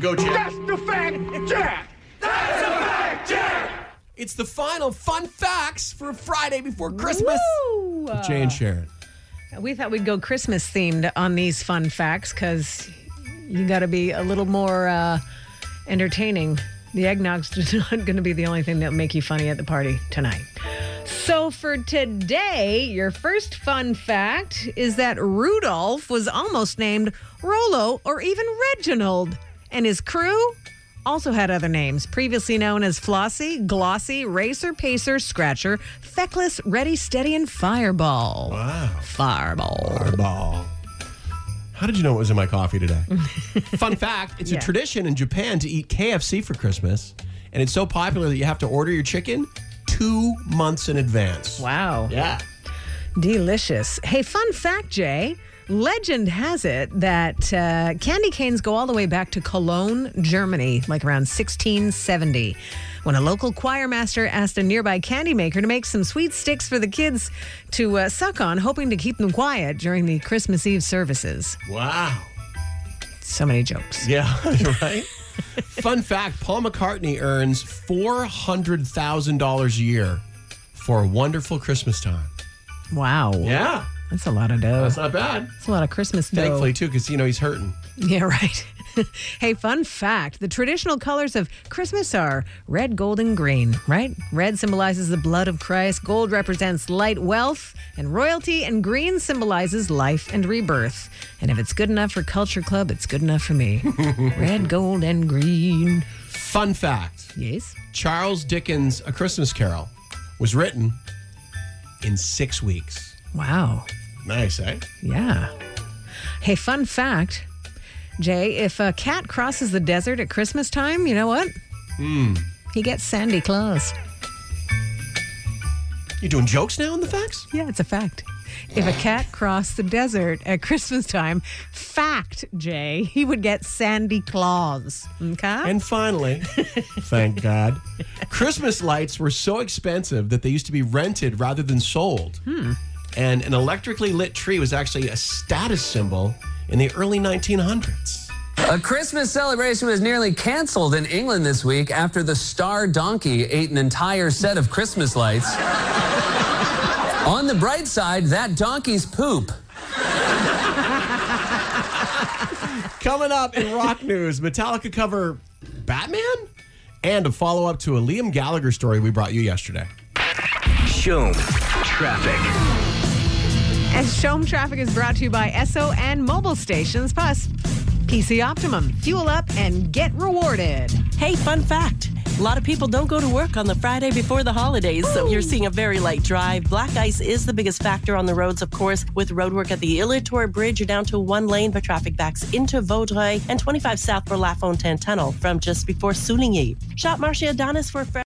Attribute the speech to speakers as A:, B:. A: Go, Jack.
B: the fact, Jack! That's a fact, Jack!
A: It's the final fun facts for Friday before Christmas.
C: Woo!
A: Jay and Sharon.
C: We thought we'd go Christmas themed on these fun facts because you got to be a little more uh, entertaining. The eggnog's not going to be the only thing that'll make you funny at the party tonight. So, for today, your first fun fact is that Rudolph was almost named Rollo or even Reginald, and his crew also had other names, previously known as Flossie, Glossy, Racer, Pacer, Scratcher, Feckless, Ready, Steady, and Fireball.
A: Wow.
C: Fireball.
A: Ball. How did you know it was in my coffee today? Fun fact it's
C: Yeah.
A: a tradition in Japan to eat KFC for Christmas, and it's so popular that you have to order your chicken two months in advance.
C: Wow.
A: Yeah.
C: Delicious. Hey, fun fact, Jay. Legend has it that uh, candy canes go all the way back to Cologne, Germany, like around 1670, when a local choir master asked a nearby candy maker to make some sweet sticks for the kids to uh, suck on, hoping to keep them quiet during the Christmas Eve services.
A: Wow.
C: So many jokes.
A: Yeah, right? Fun fact Paul McCartney earns $400,000 a year for a wonderful Christmas time.
C: Wow.
A: Yeah.
C: That's a lot of dough.
A: That's not bad.
C: That's a lot of Christmas dough.
A: Thankfully, too, because, you know, he's hurting.
C: Yeah, right. hey, fun fact the traditional colors of Christmas are red, gold, and green, right? Red symbolizes the blood of Christ, gold represents light, wealth, and royalty, and green symbolizes life and rebirth. And if it's good enough for Culture Club, it's good enough for me. red, gold, and green.
A: Fun fact
C: Yes.
A: Charles Dickens' A Christmas Carol was written in six weeks.
C: Wow.
A: Nice, eh?
C: Yeah. Hey, fun fact, Jay, if a cat crosses the desert at Christmas time, you know what? He gets Sandy Claus.
A: You doing jokes now in the facts?
C: Yeah, it's a fact. If a cat crossed the desert at Christmas time, fact, Jay, he would get Sandy Claus. Okay?
A: And finally, thank God, Christmas lights were so expensive that they used to be rented rather than sold. And an electrically lit tree was actually a status symbol in the early 1900s.
D: A Christmas celebration was nearly canceled in England this week after the star donkey ate an entire set of Christmas lights. On the bright side, that donkey's poop.
A: Coming up in rock news, Metallica cover Batman and a follow up to a Liam Gallagher story we brought you yesterday.
E: Show traffic.
C: And Shome Traffic is brought to you by Esso and mobile stations, plus PC Optimum. Fuel up and get rewarded.
F: Hey, fun fact. A lot of people don't go to work on the Friday before the holidays, so you're seeing a very light drive. Black ice is the biggest factor on the roads, of course, with roadwork at the Illitor Bridge. You're down to one lane, but traffic backs into Vaudreuil and 25 south for La Fontaine Tunnel from just before Souligny. Shop Marcia Adonis for a fresh.